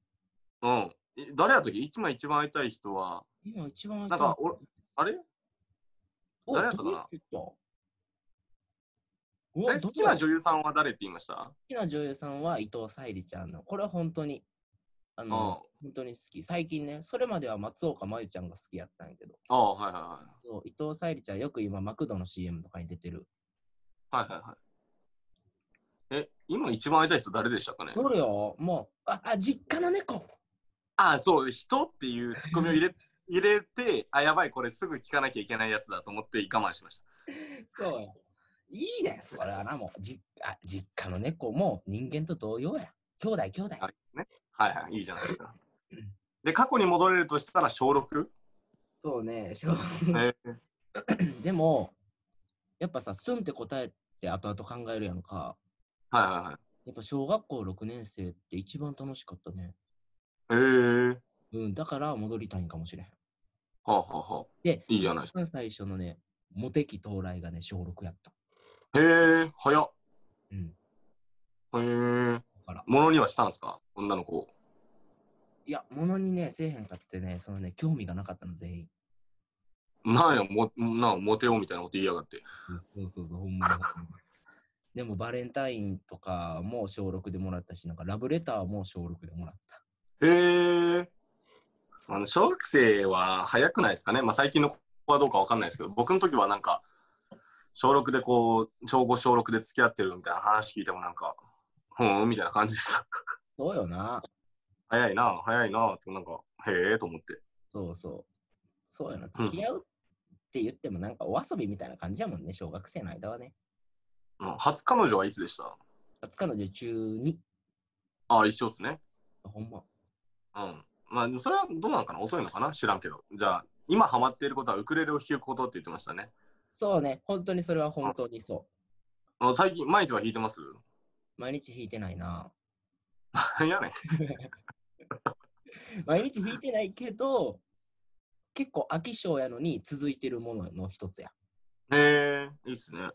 [SPEAKER 2] うん。い誰やったっけ今一番会いたい人は、
[SPEAKER 1] 今一番
[SPEAKER 2] なんか、おあれ
[SPEAKER 1] お
[SPEAKER 2] 誰やったかな
[SPEAKER 1] どう言ったお
[SPEAKER 2] え好きな女
[SPEAKER 1] 優
[SPEAKER 2] 優さんは誰って言いました
[SPEAKER 1] 好きな女優さんは伊藤沙莉ちゃんの。これは本当に、あ
[SPEAKER 2] う
[SPEAKER 1] の
[SPEAKER 2] ん。、あ
[SPEAKER 1] 本当に好き。最近ね、それまでは松岡真優ちゃんが好きやったんやけど、
[SPEAKER 2] あ、はいは
[SPEAKER 1] そう伊藤沙莉ちゃんよく今マクドの CM とかに出てる。
[SPEAKER 2] いはい。はいはいはい。え、今一番会いたい人誰でしたかね
[SPEAKER 1] どれよ、もう、あ、あ、実家の猫。
[SPEAKER 2] あ、そう、人っていうツッコミを入れ入れて、あ、やばい、これすぐ聞かなきゃいけないやつだと思って我慢しました。
[SPEAKER 1] [LAUGHS] そうよ。いいね、それはな、もう、じあ実家の猫も人間と同様や。兄弟、兄弟。
[SPEAKER 2] はいはいはい、いいじゃないです
[SPEAKER 1] [CLEARS THROAT]
[SPEAKER 2] か。で、過去に戻れるとしたら小 6?
[SPEAKER 1] そうね、し
[SPEAKER 2] えー
[SPEAKER 1] [LAUGHS] でも、やっぱさ、スンって答えて後々考えるやんか。
[SPEAKER 2] はいはいはい。
[SPEAKER 1] やっぱ小学校6年生って一番楽しかったね。
[SPEAKER 2] えー、
[SPEAKER 1] うん、だから戻りたいんかもしれへん。
[SPEAKER 2] はあはあはあ。
[SPEAKER 1] で
[SPEAKER 2] いいじゃないです
[SPEAKER 1] 一番最初のね、モテ期到来がね、小6やった。
[SPEAKER 2] か。へえ、早っ。
[SPEAKER 1] うん。だ
[SPEAKER 2] へえ、
[SPEAKER 1] から、
[SPEAKER 2] ものにはしたんですか女の子を。
[SPEAKER 1] いや、物にね、せえへんかってね、そのね、興味がなかったの、全員。
[SPEAKER 2] なんや、も、なんモテようみたいなこと言いやがって。
[SPEAKER 1] そうそうそうそう、ほんまに。でもバレンタインとかも小6でもらったし、なんかラブレターも小6でもらった。
[SPEAKER 2] へえ。あの小学生は早くないですかね。まあ最近の子はどうかわかんないですけど、僕の時はなんか小6でこう小5小6で付き合ってるみたいな話聞いてもなんか、ふーんみたいな感じでした。 [LAUGHS]
[SPEAKER 1] そうよな。
[SPEAKER 2] 早いな、早いなってなんかへえと思って。
[SPEAKER 1] そうそう。そうやな。付き合うって言ってもなんかお遊びみたいな感じやもんね、小学生の間はね。
[SPEAKER 2] うん初彼女はいつでした？
[SPEAKER 1] 初彼女中2。
[SPEAKER 2] ああ一緒ですね。
[SPEAKER 1] ほんま。
[SPEAKER 2] うん。まあそれはどうなのかな遅いのかな知らんけど。じゃあ今ハマっていることはウクレレを弾くことって言ってましたね。
[SPEAKER 1] そうね。本当にそれは本当にそ
[SPEAKER 2] あの最近毎日は弾いてます？ [LAUGHS]
[SPEAKER 1] う。毎日弾いてないな。
[SPEAKER 2] いやねん。
[SPEAKER 1] 毎日弾いてないけど、結構飽き性やのに続いてるものの一つや。
[SPEAKER 2] へえ、いいっすね。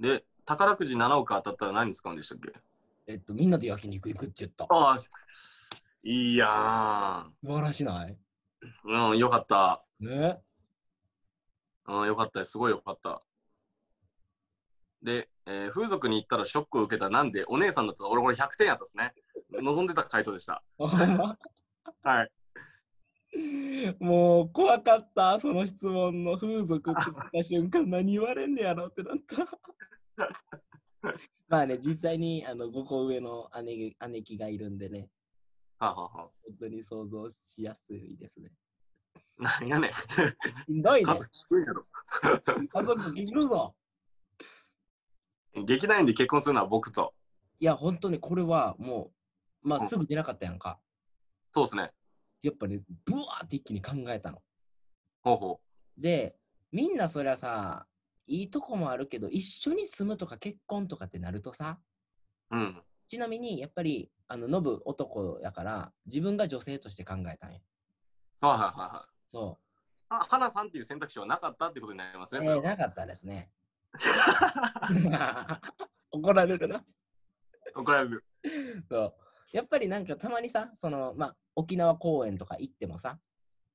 [SPEAKER 2] で、宝くじ7億当たったら何に使うんでしたっけ
[SPEAKER 1] えっと、みんなで焼肉行くって言った。
[SPEAKER 2] ああ、いいや
[SPEAKER 1] 素晴らしない
[SPEAKER 2] ーん。うん、よかった。
[SPEAKER 1] ね
[SPEAKER 2] うん、よかったです。すごいよかった。で、えー風俗に行ったらショックを受けた。なんで、お姉さんだったら俺これ100点やったっすね。望んでた回答でした。
[SPEAKER 1] ほんま
[SPEAKER 2] はい。
[SPEAKER 1] もう怖かった、その質問の風俗って言った瞬間何言われんねやろってなった。 [LAUGHS] まあね、実際にあの5個上の姉姉貴がいるんでね、
[SPEAKER 2] はあ、はあは
[SPEAKER 1] 本当に想像しやすいですね。
[SPEAKER 2] あ、なんや [LAUGHS] ねん。
[SPEAKER 1] しんどいね
[SPEAKER 2] 家、族低いやろ。
[SPEAKER 1] 家族いるぞ。
[SPEAKER 2] [LAUGHS] 劇団員で結婚するのは僕と。
[SPEAKER 1] いや、本当にこれはもう、ま
[SPEAKER 2] う
[SPEAKER 1] あ
[SPEAKER 2] ん
[SPEAKER 1] すぐ出なかったやんか。
[SPEAKER 2] そうっすね。
[SPEAKER 1] やっぱね、ブワーって一気に考えたの。
[SPEAKER 2] ほうほ
[SPEAKER 1] で、みんなそりゃさ、いいとこもあるけど、一緒に住むとか結婚とかってなるとさ、
[SPEAKER 2] う。うん。
[SPEAKER 1] ちなみに、やっぱり、あの、ノブ男やから、自分が女性として考えたんや。
[SPEAKER 2] はいはいはいはい。
[SPEAKER 1] そ
[SPEAKER 2] あ、花さんっていう選択肢はなかったってことになります
[SPEAKER 1] う。
[SPEAKER 2] ね。
[SPEAKER 1] え
[SPEAKER 2] それは
[SPEAKER 1] ー、なかったですね。 [LAUGHS] 怒られるな。
[SPEAKER 2] [LAUGHS] 怒られる。
[SPEAKER 1] そう。やっぱりなんかたまにさ、その、まあ、沖縄公園とか行ってもさ、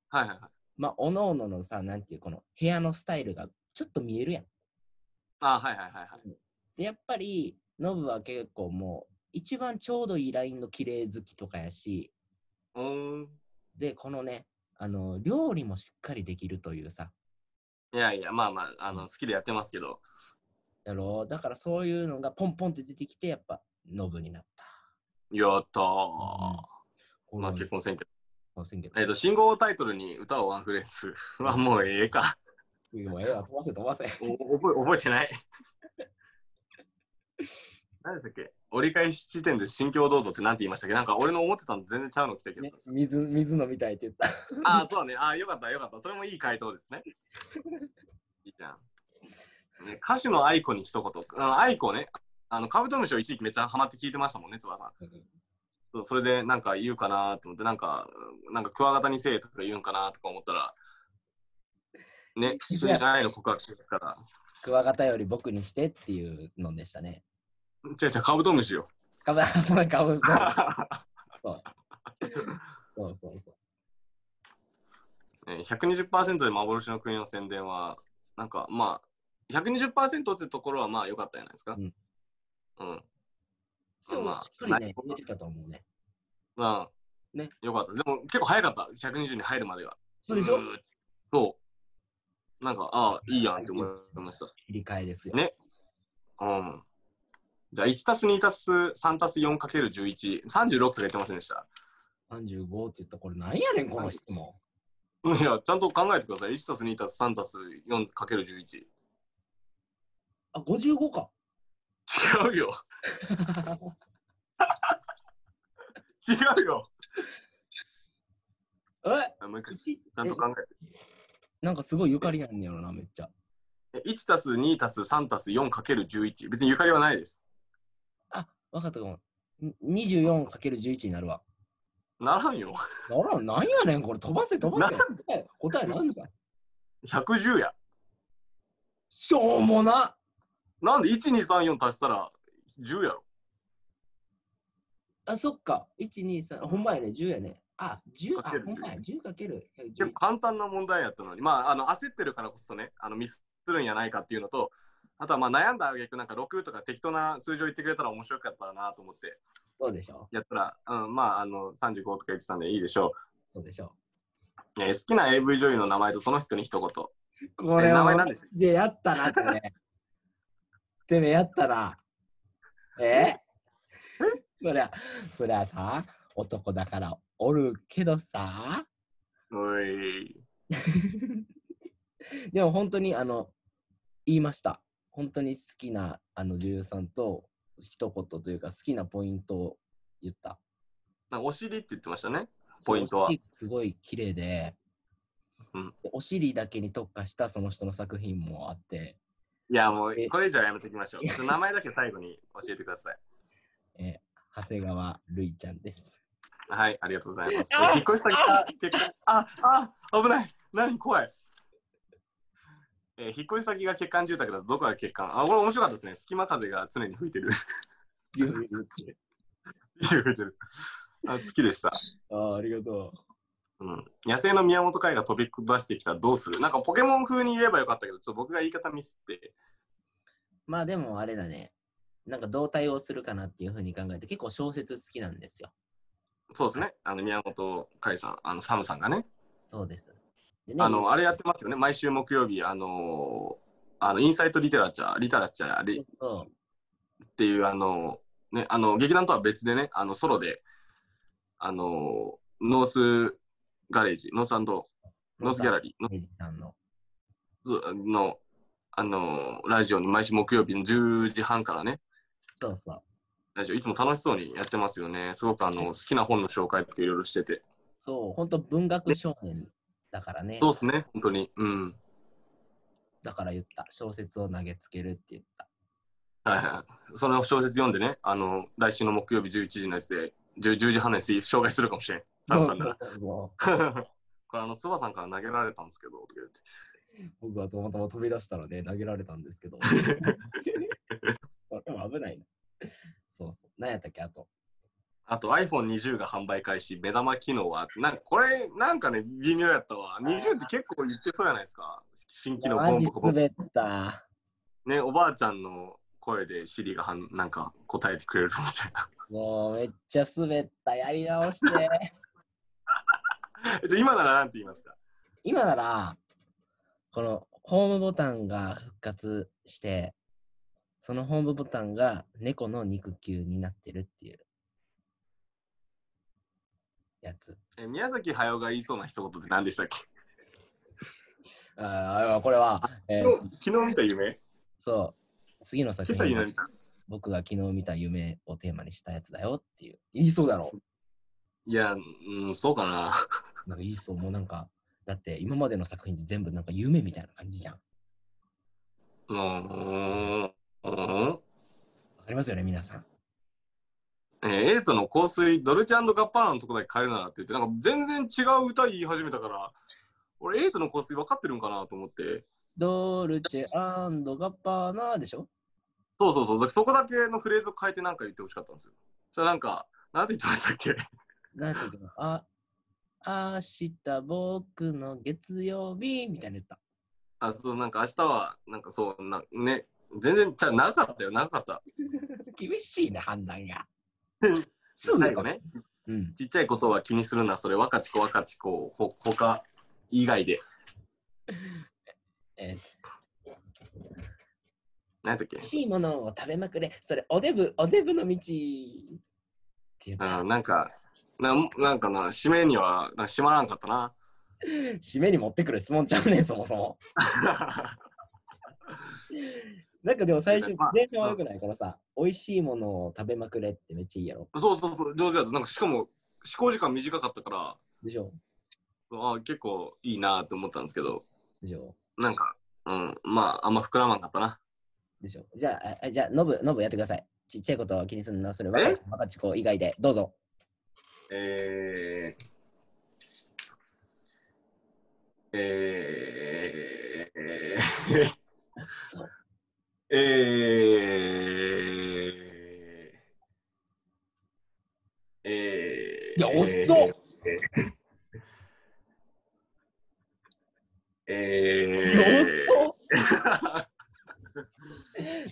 [SPEAKER 2] はいはいはい。
[SPEAKER 1] まあ、おのおののさ、なんていう、この部屋のスタイルがちょっと見えるやん。
[SPEAKER 2] あはいはいはいはい。
[SPEAKER 1] で、やっぱり、ノブは結構もう、一番ちょうどいいラインの綺麗好きとかやし、
[SPEAKER 2] うーん。
[SPEAKER 1] で、このね、あの、料理もしっかりできるというさ、
[SPEAKER 2] いやいや、まあまあ、あの好きでやってますけど。
[SPEAKER 1] やろだからそういうのがポンポンって出てきて、やっぱ、ノブになった。
[SPEAKER 2] やったー。
[SPEAKER 1] こ
[SPEAKER 2] まあ
[SPEAKER 1] の
[SPEAKER 2] 結婚せんけど。
[SPEAKER 1] 婚宣言
[SPEAKER 2] えっ、と、信号をタイトルに歌をワンフレーズ。 [LAUGHS] まあもうええか。 [LAUGHS]
[SPEAKER 1] すごいわ、飛ばせ飛ばせ。
[SPEAKER 2] お覚え覚えてない。 [LAUGHS] 何でしたっけ折り返し地点で心境をどうぞってなんて言いましたっけなんか俺の思ってたのと全然ちゃうの来たけど。
[SPEAKER 1] 水水飲みたいって言った。
[SPEAKER 2] ああ、そうね。ああ、よかったよかった。それもいい回答
[SPEAKER 1] [LAUGHS]
[SPEAKER 2] ですね。いいじゃん。ね、歌手のアイコに一言。あのアイコね、あのカブトムシを一時期めっちゃハマって聞いてましたもんね、つばさん。そうそれでなんか言うかなと思ってなんかうんなんかクワガタにせえとか言うんかなとか思ったらね
[SPEAKER 1] いや
[SPEAKER 2] 普通に愛の告白しですから
[SPEAKER 1] クワガタより僕にしてっていうのでしたね。
[SPEAKER 2] 違う違うカブトムシよ
[SPEAKER 1] かぶ、その
[SPEAKER 2] [LAUGHS]
[SPEAKER 1] かぶ、
[SPEAKER 2] ね
[SPEAKER 1] そうそうそう。
[SPEAKER 2] 120%で幻の国の宣伝はなんかまあ120%ってところはまあ良かったじゃないですか
[SPEAKER 1] うん
[SPEAKER 2] うん、
[SPEAKER 1] 今日
[SPEAKER 2] ま
[SPEAKER 1] も
[SPEAKER 2] あ
[SPEAKER 1] しっかり
[SPEAKER 2] ない
[SPEAKER 1] ね、出てたと思うね。
[SPEAKER 2] うん
[SPEAKER 1] ね
[SPEAKER 2] よかったですでも結構早かった120に入るまでが
[SPEAKER 1] そうでしょ
[SPEAKER 2] ーそうなんかああいいやんって思いました
[SPEAKER 1] 切り替えですよ。
[SPEAKER 2] ねうん。じゃあ、1たす2たす3たす4かける11、36とか言ってませんでした。
[SPEAKER 1] 35って言ったこれなんやねん、この質問。
[SPEAKER 2] いや、ちゃんと考えてください。1たす2たす3たす4かける11。
[SPEAKER 1] あ、55か。 [LAUGHS]
[SPEAKER 2] 違うよ。違うよ。
[SPEAKER 1] え
[SPEAKER 2] あもう一回、
[SPEAKER 1] 一
[SPEAKER 2] ちゃんと考
[SPEAKER 1] なんかすごいゆかりなんやろな、めっちゃ。
[SPEAKER 2] えて。1たす2たす3たす4かける11。別にゆかりはないです。
[SPEAKER 1] あ、わかったかも。ん 24×11 になるわ。
[SPEAKER 2] ならんよ。 [LAUGHS]
[SPEAKER 1] ならん、なんやねん、これ飛ばせ飛ばせ。答え、答えなんだ
[SPEAKER 2] 110や。
[SPEAKER 1] しょうもな
[SPEAKER 2] なんで1、2、3、4足したら10やろ。
[SPEAKER 1] あ、そっか。1、2、3、ほんまやね、10やね。あ、10、
[SPEAKER 2] か
[SPEAKER 1] あ
[SPEAKER 2] ける、
[SPEAKER 1] ほんまや、10かける
[SPEAKER 2] 結
[SPEAKER 1] 111
[SPEAKER 2] 構簡単な問題やったのに、まあ、あの焦ってるからこそね、あのミスするんやないかっていうのと、あとはまあ悩んだ逆なんか6とか適当な数字を言ってくれたら面白かったなと思って
[SPEAKER 1] そうでしょ
[SPEAKER 2] やったら、うん、まああの35とか言ってたんでいいでしょ
[SPEAKER 1] そうでしょ
[SPEAKER 2] う、えー好きな AV 女優の名前とその人に一言
[SPEAKER 1] こ
[SPEAKER 2] え名前なんでしょ
[SPEAKER 1] でやったなってね。 [LAUGHS] てめえやったな。えそりゃ、そりゃさ、男だからおるけどさ。
[SPEAKER 2] おい
[SPEAKER 1] でも本当にあの、言いました。本当に好きなあの女優さんと一言というか好きなポイントを言った。
[SPEAKER 2] なんかお尻って言ってましたねポイントは
[SPEAKER 1] そうお尻すごい綺麗で、
[SPEAKER 2] うん
[SPEAKER 1] お尻だけに特化したその人の作品もあって、
[SPEAKER 2] いやもう
[SPEAKER 1] え
[SPEAKER 2] これ以上はやめておきましょうちょっと名前だけ最後に教えてください
[SPEAKER 1] えー長谷川るいちゃん
[SPEAKER 2] [LAUGHS]
[SPEAKER 1] です。
[SPEAKER 2] はい、ありがとうございます。
[SPEAKER 1] あ
[SPEAKER 2] 引っ越し先が結婚あ、あ、危ない。何怖い。えー引っ越し先が欠陥住宅だとどこが欠陥あ、これ面白かったですね。隙間風が常に吹いてる。
[SPEAKER 1] ビュービューって
[SPEAKER 2] 吹いてる。あ好きでした、
[SPEAKER 1] ああ、ありがと
[SPEAKER 2] うん。野生の宮本海がトピック出してきたどうするなんかポケモン風に言えばよかったけど、ちょっと僕が言い方ミスって。
[SPEAKER 1] う。まあでもあれだね。なんかどう対応するかなっていうふうに考えて、結構小説好きなんですよ。
[SPEAKER 2] そうですね。あの宮本海さん、あのサムさんがね。
[SPEAKER 1] そうです。でね
[SPEAKER 2] あの、あれやってますよね。毎週木曜日、あのーあのインサイトリテラチャー、リタラチャー、リ
[SPEAKER 1] そう
[SPEAKER 2] っていうあの、ね、あの劇団とは別でねあのソロであのノースガレージノースノースギャラリーの
[SPEAKER 1] レイジさんの。
[SPEAKER 2] のあのラジオに毎週木曜日の10時半からね
[SPEAKER 1] そうそう。
[SPEAKER 2] ラジオいつも楽しそうにやってますよねすごくあの好きな本の紹介とかいろいろしてて
[SPEAKER 1] そう、本当文学少年だからね。
[SPEAKER 2] そうですね本当にうん
[SPEAKER 1] だから言った。小説を投げつけるって言った。
[SPEAKER 2] はいはいその小説読んでねあの来週の木曜日11時のやつで 10, 10時半のやつ紹介するかもしれんサムさんなら
[SPEAKER 1] そうそうそ
[SPEAKER 2] [LAUGHS] これあのつばさんから投げられたんですけどとか言って
[SPEAKER 1] う僕はたまたま飛び出したので投げられたんで
[SPEAKER 2] [LAUGHS]
[SPEAKER 1] すけど。でも危ないな。そうそう。何やったっけ、あと。
[SPEAKER 2] あと iPhone20 が販売開始、目玉機能は、なんかこれ、なんかね、微妙やったわ。20って結構言ってそうじゃないですか。新機能ボンボコボン。
[SPEAKER 1] マジ滑った。
[SPEAKER 2] ね、おばあちゃんの声で Siri がはんなんか答えて [LAUGHS] くれるみたいな。
[SPEAKER 1] もうめっちゃ滑った。やり直して。
[SPEAKER 2] えじゃあ今ならなんて言いますか
[SPEAKER 1] 今なら、このホームボタンが復活して、そのホームボタンが猫の肉球になってるっていうやつ。
[SPEAKER 2] え宮崎駿が言いそうな一言って何でしたっけ
[SPEAKER 1] あーあれは、これは、えー
[SPEAKER 2] 昨日見た夢
[SPEAKER 1] そう、次の作
[SPEAKER 2] 今朝に
[SPEAKER 1] 品
[SPEAKER 2] な
[SPEAKER 1] は
[SPEAKER 2] りた。
[SPEAKER 1] 僕が昨日見た夢をテーマにしたやつだよっていう。言いそうだろ
[SPEAKER 2] いや、うん、そうかな。
[SPEAKER 1] なんか言いそう、もうなんか、だって今までの作品って全部なんか夢みたいな感じじゃん。
[SPEAKER 2] うーん。うん
[SPEAKER 1] わかりますよね、皆さん。
[SPEAKER 2] えー、エイトの香水、ドルチェガッパーナのとこだけ変えるならって言って、なんか全然違う歌言い始めたから、俺、エイトの香水分かってるんかなと思って、
[SPEAKER 1] ドルチェガッパーナーでしょ
[SPEAKER 2] そうそうそう、そこだけのフレーズを変えてなんか言ってほしかったんですよ。じゃあなんか、なんて言ってましたっけ [LAUGHS]
[SPEAKER 1] なんていうのあ、明日僕の月曜日みたいな言った。
[SPEAKER 2] あ、そう、なんか明日は、なんかそう、なね、全然、じゃあなかったよ、なかった。
[SPEAKER 1] 厳しいね、判断が。す
[SPEAKER 2] [LAUGHS]
[SPEAKER 1] ぐ
[SPEAKER 2] 最後。ね、
[SPEAKER 1] うん。
[SPEAKER 2] ちっちゃいことは気にするな、それ、若ち子、若ち子、ほ他以外で。
[SPEAKER 1] え
[SPEAKER 2] なんだっけ
[SPEAKER 1] ー、しいものを食べまくれ。それ、おでぶ、おでぶの道。って言った
[SPEAKER 2] う。ん、なんか、ななんかな、締めには、なんか締まらんかったな。
[SPEAKER 1] 締めに持ってくる質問ちゃうねん、そもそも。なんかでも最初、
[SPEAKER 2] まあ
[SPEAKER 1] 前半は良くないからさ、美味しいものを食べまくれってめっちゃいいやろ。
[SPEAKER 2] [LAUGHS] そうそうそう、上手だった。なんか、しかも、試行時間短かったから、
[SPEAKER 1] でしょ
[SPEAKER 2] あ結構いいなと思ったんですけど、
[SPEAKER 1] でしょ
[SPEAKER 2] なんか、うん、まあ、あんま膨らまんかったな。
[SPEAKER 1] でしょじゃあ、あじゃあ、ノブ、ノブやってください。ちっちゃいことは気にするな、それ、若ち子若ち子以外で、どうぞ。
[SPEAKER 2] えー、えー、
[SPEAKER 1] そう。
[SPEAKER 2] えー、えー、
[SPEAKER 1] いや、遅っ
[SPEAKER 2] えー、
[SPEAKER 1] よっと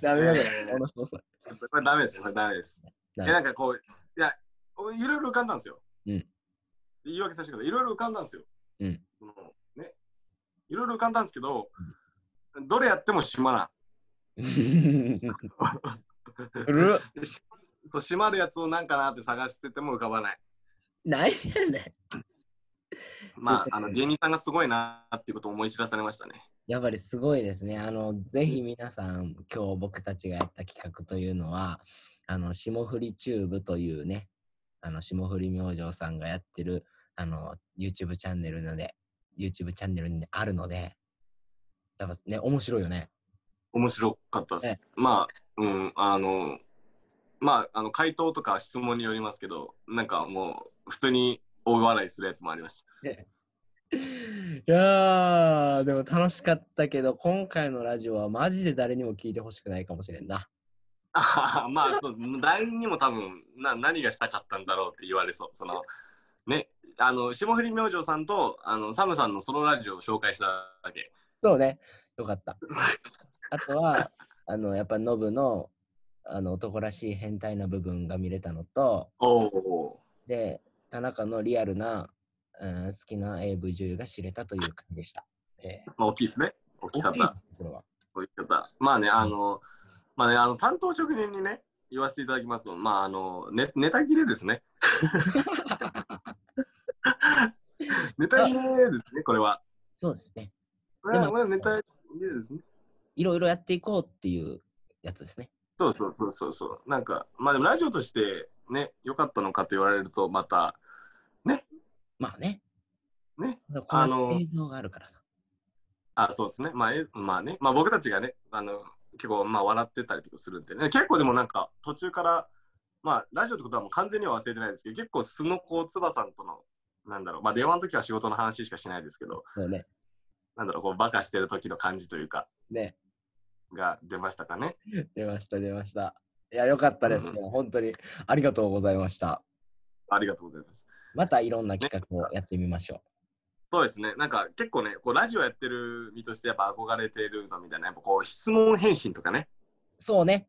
[SPEAKER 1] ダメだね
[SPEAKER 2] え。ー
[SPEAKER 1] この人さ
[SPEAKER 2] これダメですよ、これダメです。い
[SPEAKER 1] ダ
[SPEAKER 2] や
[SPEAKER 1] メ
[SPEAKER 2] なんかこう、いや、いろいろ浮かんだんですよ。
[SPEAKER 1] うん
[SPEAKER 2] 言い訳させてください。いろいろ浮かんだんですよ。
[SPEAKER 1] うん
[SPEAKER 2] そのね、いろいろ浮かんだんですけど、どれやっても島な。
[SPEAKER 1] うる
[SPEAKER 2] そう、島るやつをなんかなって探してても浮かばない。
[SPEAKER 1] 何やねん。
[SPEAKER 2] まあ、あの芸人さんがすごいなっていうことを思い知らされましたね。
[SPEAKER 1] やっぱりすごいですね。あの、ぜひ皆さん、今日僕たちがやった企画というのは、あの、霜降りチューブというね、あの、霜降り明星さんがやってる、あの、YouTube チャンネルなので、YouTube チャンネルにあるので、やっぱね、面白いよね。
[SPEAKER 2] 面白かったです
[SPEAKER 1] え。
[SPEAKER 2] まあ、うん、あの、まあ、あの回答とか質問によりますけど、なんかもう、普通に大笑いするやつもありました。
[SPEAKER 1] いやー、でも楽しかったけど、今回のラジオはマジで誰にも聞いてほしくないかもしれんな。
[SPEAKER 2] あー [LAUGHS] まあそう誰にも多分な何がしたかったんだろうって言われそうそのねあの霜降り明星さんとあのサムさんのソロラジオを紹介しただけ
[SPEAKER 1] そうね、よかった。あとは、あの、やっぱノブの、あの、男らしい変態な部分が見れたのと、
[SPEAKER 2] おお
[SPEAKER 1] で、田中のリアルな、うん、好きな AV 女優が知れたという感じでした。ええ
[SPEAKER 2] まあ大きいですね大きかった
[SPEAKER 1] これは。
[SPEAKER 2] 大きかったまあねあのまあねあの担当直入にね言わせていただきますとまああのネネタ切れです
[SPEAKER 1] [LAUGHS]
[SPEAKER 2] ねネタ切れですねこれは
[SPEAKER 1] そうですね。
[SPEAKER 2] これは
[SPEAKER 1] でも
[SPEAKER 2] これはネタ切れですね
[SPEAKER 1] いろいろやっていこうっていうやつですね。
[SPEAKER 2] そうそうそうそうそう。なんか、まあでもラジオとしてね、良かったのかと言われると、また、
[SPEAKER 1] まあね。
[SPEAKER 2] ね。
[SPEAKER 1] こ
[SPEAKER 2] あの
[SPEAKER 1] の映像があるからさ。
[SPEAKER 2] あ、そうですね。まあ、えまあね。まあ僕たちがね、あの、結構、まあ笑ってたりとかするんでね。結構でもなんか、途中から、まあラジオってことはもう完全には忘れてないですけど、結構、スノコツバさんとの、なんだろう、まあ電話の時は仕事の話しかしないですけど、
[SPEAKER 1] そうね。
[SPEAKER 2] なんだろう、こう、バカしてる時の感じというか、
[SPEAKER 1] ね。
[SPEAKER 2] が出ましたかね。
[SPEAKER 1] 出ました、出ました。いや、よかったです。
[SPEAKER 2] うん
[SPEAKER 1] もう本当にありがとうございました。
[SPEAKER 2] ありがとうございます。
[SPEAKER 1] またいろんな企画をやってみましょ
[SPEAKER 2] そうですね、なんか結構ね、こうラジオやってる身としてやっぱ憧れてるのみたいな、やっぱこう質問返信とかね、
[SPEAKER 1] う。そうね。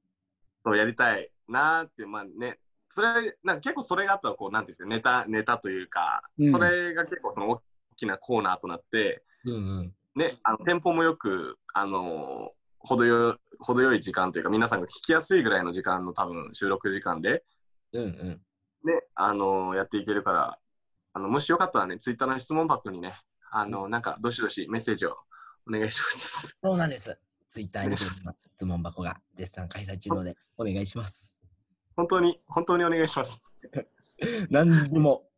[SPEAKER 2] そうやりたいなーって、まあね、それ、なんか結構それがあったら、こう、なんていうんですか、ネタ、ネタというか、
[SPEAKER 1] うん
[SPEAKER 2] それが結構その大きなコーナーとなって、
[SPEAKER 1] うんうん。
[SPEAKER 2] ね、あのテンポもよく、あのー程よ、程よい時間というか、皆さんが聞きやすいぐらいの時間の多分収録時間で、
[SPEAKER 1] うんうん。
[SPEAKER 2] ね、あのーやっていけるから、あの、もしよかったらね、ツイッターの質問箱にね、あのーなんか、どしどしメッセージをお願いします。 [LAUGHS]
[SPEAKER 1] そうなんです。ツイッター
[SPEAKER 2] お願
[SPEAKER 1] に
[SPEAKER 2] いします
[SPEAKER 1] 質問箱が絶賛開催中ので、お願いします。
[SPEAKER 2] 本当に、本当にお願いします。
[SPEAKER 1] 何でも、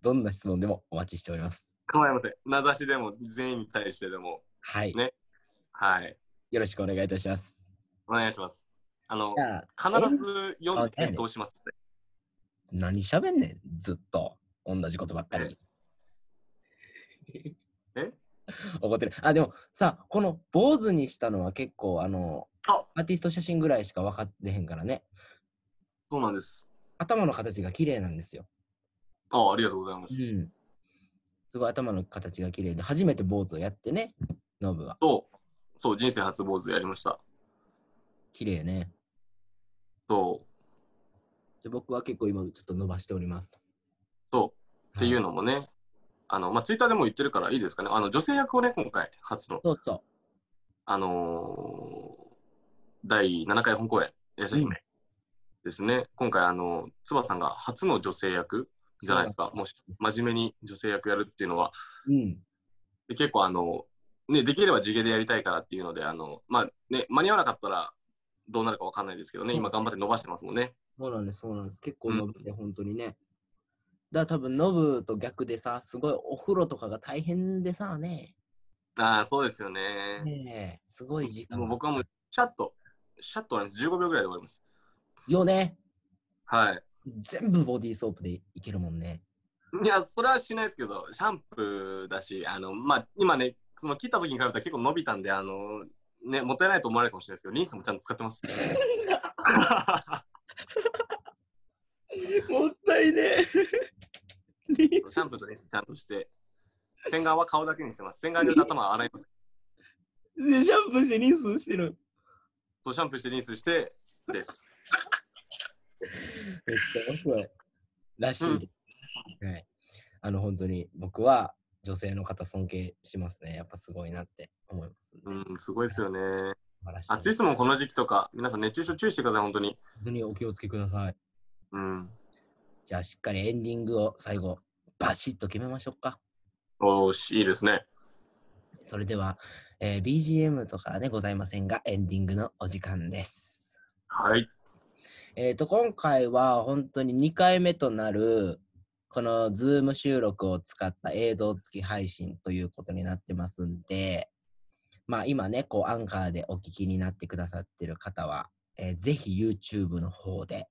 [SPEAKER 1] どんな質問でもお待ちしております。
[SPEAKER 2] 構いません。名指しでも、全員に対してでも、
[SPEAKER 1] はい。
[SPEAKER 2] ねはい。
[SPEAKER 1] よろしくお願いいたします。
[SPEAKER 2] お願いします。あの
[SPEAKER 1] じ、ゃあ、
[SPEAKER 2] 必ず
[SPEAKER 1] あ
[SPEAKER 2] 4
[SPEAKER 1] 何
[SPEAKER 2] 点通しますので。
[SPEAKER 1] 何喋んねん、ずっと。同じことばっかり。
[SPEAKER 2] え
[SPEAKER 1] 怒ってる。あ、でもさ、この坊主にしたのは結構、あの、
[SPEAKER 2] あ
[SPEAKER 1] アーティスト写真ぐらいしか分かってへんからね。
[SPEAKER 2] そうなんです。
[SPEAKER 1] 頭の形が綺麗なんですよ。
[SPEAKER 2] あありがとうございます。
[SPEAKER 1] ん。すごい頭の形が綺麗で、初めて坊主をやってね、ノブは。
[SPEAKER 2] そう、そう、人生初坊主やりました。
[SPEAKER 1] 綺麗ね。
[SPEAKER 2] そう、
[SPEAKER 1] で僕は結構今ちょっと伸ばしております。
[SPEAKER 2] そう、っていう
[SPEAKER 1] の
[SPEAKER 2] のもね、あの、まあ、ツイッターでも言ってるからいいですかね。あの、女性役をね、今回、初の、
[SPEAKER 1] そうそ
[SPEAKER 2] あのー第7回本公演、やしゃ姫、
[SPEAKER 1] うん
[SPEAKER 2] ですね。今回、あの、つばさんが初の女性役
[SPEAKER 1] う。
[SPEAKER 2] じゃないですか。もし、真面目に女性役やるっていうのは、
[SPEAKER 1] うん。
[SPEAKER 2] で結構あの、ね、できれば地毛でやりたいからっていうので、あの、まあね、間に合わなかったらどうなるかわかんないですけどね、今頑張って伸ばしてますもんね。
[SPEAKER 1] そうなんです、そうなんです。結構
[SPEAKER 2] うん
[SPEAKER 1] 伸びて、本当にね。だから多分、ノブと逆でさ、すごいお風呂とかが大変でさね。
[SPEAKER 2] ああ、そうですよね。
[SPEAKER 1] ねえ、すごい時間。
[SPEAKER 2] もう僕はもう、シャッと、シャッとなんです。15秒ぐらいで終わります。
[SPEAKER 1] よね。
[SPEAKER 2] はい。
[SPEAKER 1] 全部ボディーソープでいけるもんね。
[SPEAKER 2] いや、それはしないですけど、シャンプーだし、あの、まあ、今ね、その切った時に比べたら結構伸びたんで、あの、ね、もったいないと思われるかもしれないですけど、リンスもちゃんと使って
[SPEAKER 1] [LAUGHS]
[SPEAKER 2] ます。
[SPEAKER 1] もったいね [LAUGHS] え。
[SPEAKER 2] シャンプーとリンスちゃんとして、洗顔は顔だけにしてます。洗顔によって頭は洗います。
[SPEAKER 1] シャンプーしてリンスしてる。
[SPEAKER 2] そうシャンプーしてリンスして
[SPEAKER 1] [LAUGHS]
[SPEAKER 2] です。
[SPEAKER 1] めっちゃ面白い。らしいです、はい。あの、本当に僕は女性の方尊敬しますね。やっぱすごいなって思います、ね。
[SPEAKER 2] う
[SPEAKER 1] 素
[SPEAKER 2] ん、すごいですよね。
[SPEAKER 1] 晴らしい。
[SPEAKER 2] 暑いですもん、この時期とか。皆さん熱中症注意してください、本当に。
[SPEAKER 1] 本当にお気をつけください。
[SPEAKER 2] うん。
[SPEAKER 1] じゃあ、しっかりエンディングを最後、バシッと決めましょうか。
[SPEAKER 2] おーし、いいですね。
[SPEAKER 1] それでは、えー BGM とかでございませんが、エンディングのお時間です。
[SPEAKER 2] はい。
[SPEAKER 1] えー、と今回は本当に2回目となるこの Zoom 収録を使った映像付き配信ということになってますんで、まあ、今ねこうアンカーでお聞きになってくださってる方は、えーぜひ YouTube の方で、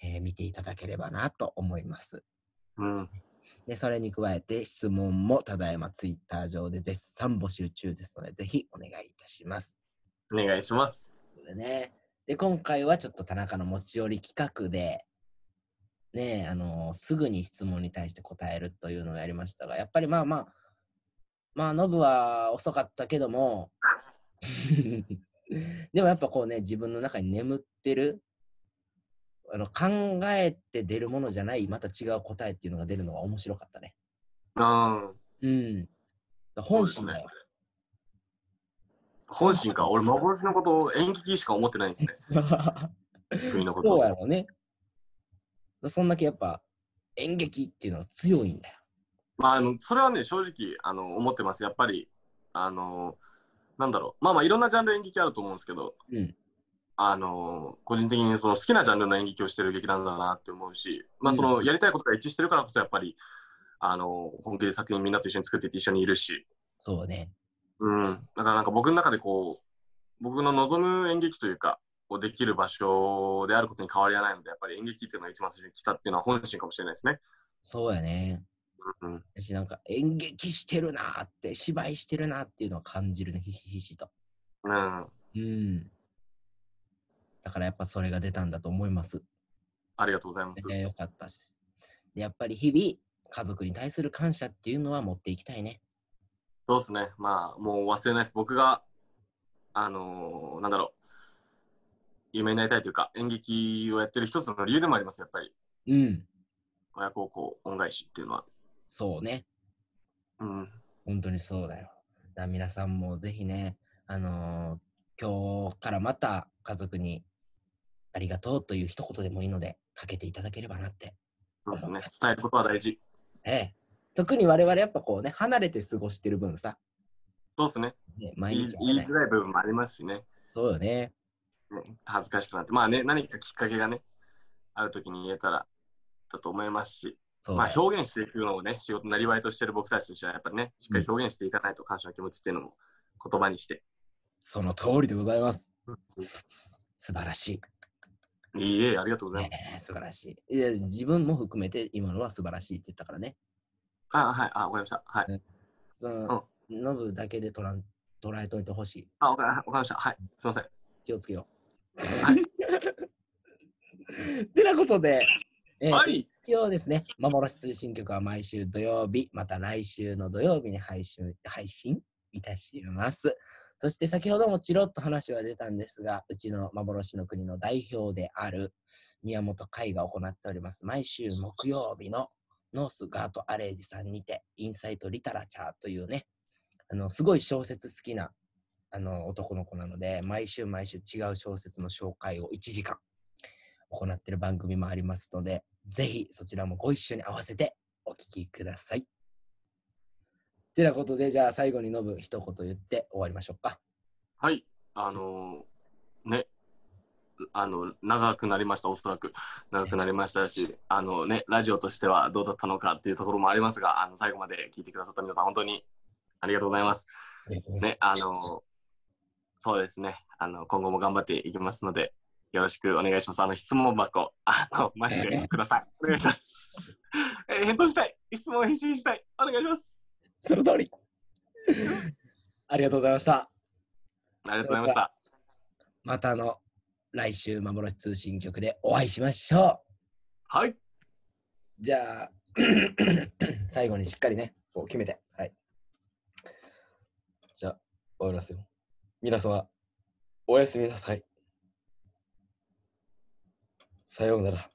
[SPEAKER 1] えー見ていただければなと思います。
[SPEAKER 2] うん。
[SPEAKER 1] でそれに加えて質問もただいま Twitter 上で絶賛募集中ですのでぜひお願いいたします。
[SPEAKER 2] お願いします。
[SPEAKER 1] ことでね。で、今回はちょっと田中の持ち寄り企画で、ねえ、あのすぐに質問に対して答えるというのをやりましたが、やっぱりまあまあ、まあ、ノブは遅かったけども、 [LAUGHS] でもやっぱこうね、自分の中に眠ってる、あの考えて出るものじゃない、また違う答えっていうのが出るのが面白かったね。
[SPEAKER 2] うん。
[SPEAKER 1] うん。本心だよ。
[SPEAKER 2] 本心か。俺、幻のことを演劇しか思ってないんです
[SPEAKER 1] [LAUGHS]
[SPEAKER 2] ね。得意なこと
[SPEAKER 1] そうやろうね。そんだけやっぱ演劇っていうのは強いんだよ。
[SPEAKER 2] まあ、あのそれはね、正直あの思ってます。やっぱり、あの、なんだろう。まあまあ、いろんなジャンル演劇あると思うんですけど、
[SPEAKER 1] うん
[SPEAKER 2] あの、個人的にその好きなジャンルの演劇をしてる劇団だなって思うし、まあ、
[SPEAKER 1] うん
[SPEAKER 2] その、やりたいことが一致してるからこそ、やっぱり、あの、本気で作品みんなと一緒に作っていって一緒にいるし、
[SPEAKER 1] そうね。
[SPEAKER 2] うん。だからなんか僕の中でこう、僕の望む演劇というか、こうできる場所であることに変わりはないので、やっぱり演劇っていうのが一番最初に来たっていうのは本心かもしれないですね。
[SPEAKER 1] そうやね。
[SPEAKER 2] うん。
[SPEAKER 1] だしなんか演劇してるなーって、芝居してるなっていうのを感じるね、ひしひしと。
[SPEAKER 2] うん。
[SPEAKER 1] うん。だからやっぱそれが出たんだと思います。
[SPEAKER 2] ありがとうございます。
[SPEAKER 1] 良かったし。でやっぱり日々、家族に対する感謝っていうのは持っていきたいね。
[SPEAKER 2] そうですね。まあ、もう忘れないです。僕が、あのーなんだろう、有名になりたいというか、演劇をやってる一つの理由でもあります、やっぱり。
[SPEAKER 1] うん。
[SPEAKER 2] 親孝行、恩返しっていうのは。
[SPEAKER 1] そうね。
[SPEAKER 2] うん。
[SPEAKER 1] 本当にそうだよ。だ皆さんもぜひね、あのー今日からまた家族にありがとうという一言でもいいので、かけていただければなって。
[SPEAKER 2] そうですね。伝えることは大事。
[SPEAKER 1] ええ。特に我々やっぱこうね、離れて過ごしてる分さ、
[SPEAKER 2] そうですね。
[SPEAKER 1] ね、
[SPEAKER 2] 言
[SPEAKER 1] 毎
[SPEAKER 2] い
[SPEAKER 1] 日、
[SPEAKER 2] 言い
[SPEAKER 1] ね
[SPEAKER 2] づ、らい部分もありますしね。
[SPEAKER 1] そうよね。
[SPEAKER 2] うん恥ずかしくなって。まあね、何かきっかけがね、あるときに言えたら、だと思いますし、
[SPEAKER 1] そう
[SPEAKER 2] ま
[SPEAKER 1] だ
[SPEAKER 2] あ
[SPEAKER 1] よ
[SPEAKER 2] 表現していくのをね、仕事なりわいとしてる僕たちとしては、やっぱりね、しっかり表現していかないと感謝の気持ちっていうのも言葉にして。
[SPEAKER 1] その通りでございます。素晴らしい。
[SPEAKER 2] いいえ、ありがとうございます。
[SPEAKER 1] ね素晴らしいいや。自分も含めて今のは素晴らしいって言ったからね。
[SPEAKER 2] あ、はい、あ、わかりました。はい。
[SPEAKER 1] その、ノブだけで取らん捉えといてほしい。
[SPEAKER 2] あ、わかりわかりました。はい。すいません。
[SPEAKER 1] 気をつけよ
[SPEAKER 2] は
[SPEAKER 1] う。 [LAUGHS] てなことで、えー
[SPEAKER 2] はい。
[SPEAKER 1] 一応ですね、幻通信局は毎週土曜日、また来週の土曜日に配信配信いたします。そして先ほどもちろっと話は出たんですが、うちの幻の国の代表である宮本海が行っております、毎週木曜日のノースガートアレージさんにて、インサイトリタラチャーというね、あのすごい小説好きなあの男の子なので、毎週毎週違う小説の紹介を1時間行っている番組もありますので、ぜひそちらもご一緒に合わせてお聞きください。てなことで、じゃあ最後にノブ一言言って終わりましょうか。
[SPEAKER 2] はい。あのーね。あの、長くなりました、おそらく。長くなりましたし、あのね、ラジオとしてはどうだったのかっていうところもありますが、あの、最後まで聞いてくださった皆さん、本当にありがとうございます。
[SPEAKER 1] ありがとうございま
[SPEAKER 2] ね、
[SPEAKER 1] す
[SPEAKER 2] あのーそうですね。あの、今後も頑張っていきますので、よろしくお願いします。あの、質問箱、あの、マジでください。お願いします。えー返答したい。質問編集したい。お願いします。
[SPEAKER 1] [LAUGHS] その通りありがとうございました。
[SPEAKER 2] ありがとうございました。
[SPEAKER 1] またあの来週幻通信局でお会いしましょ
[SPEAKER 2] はい。
[SPEAKER 1] う。じゃあ [CLEARS THROAT] 最後にしっかりね、こう決めて。はい。じゃあ終わりますよ。皆様、おやすみなさい。さようなら。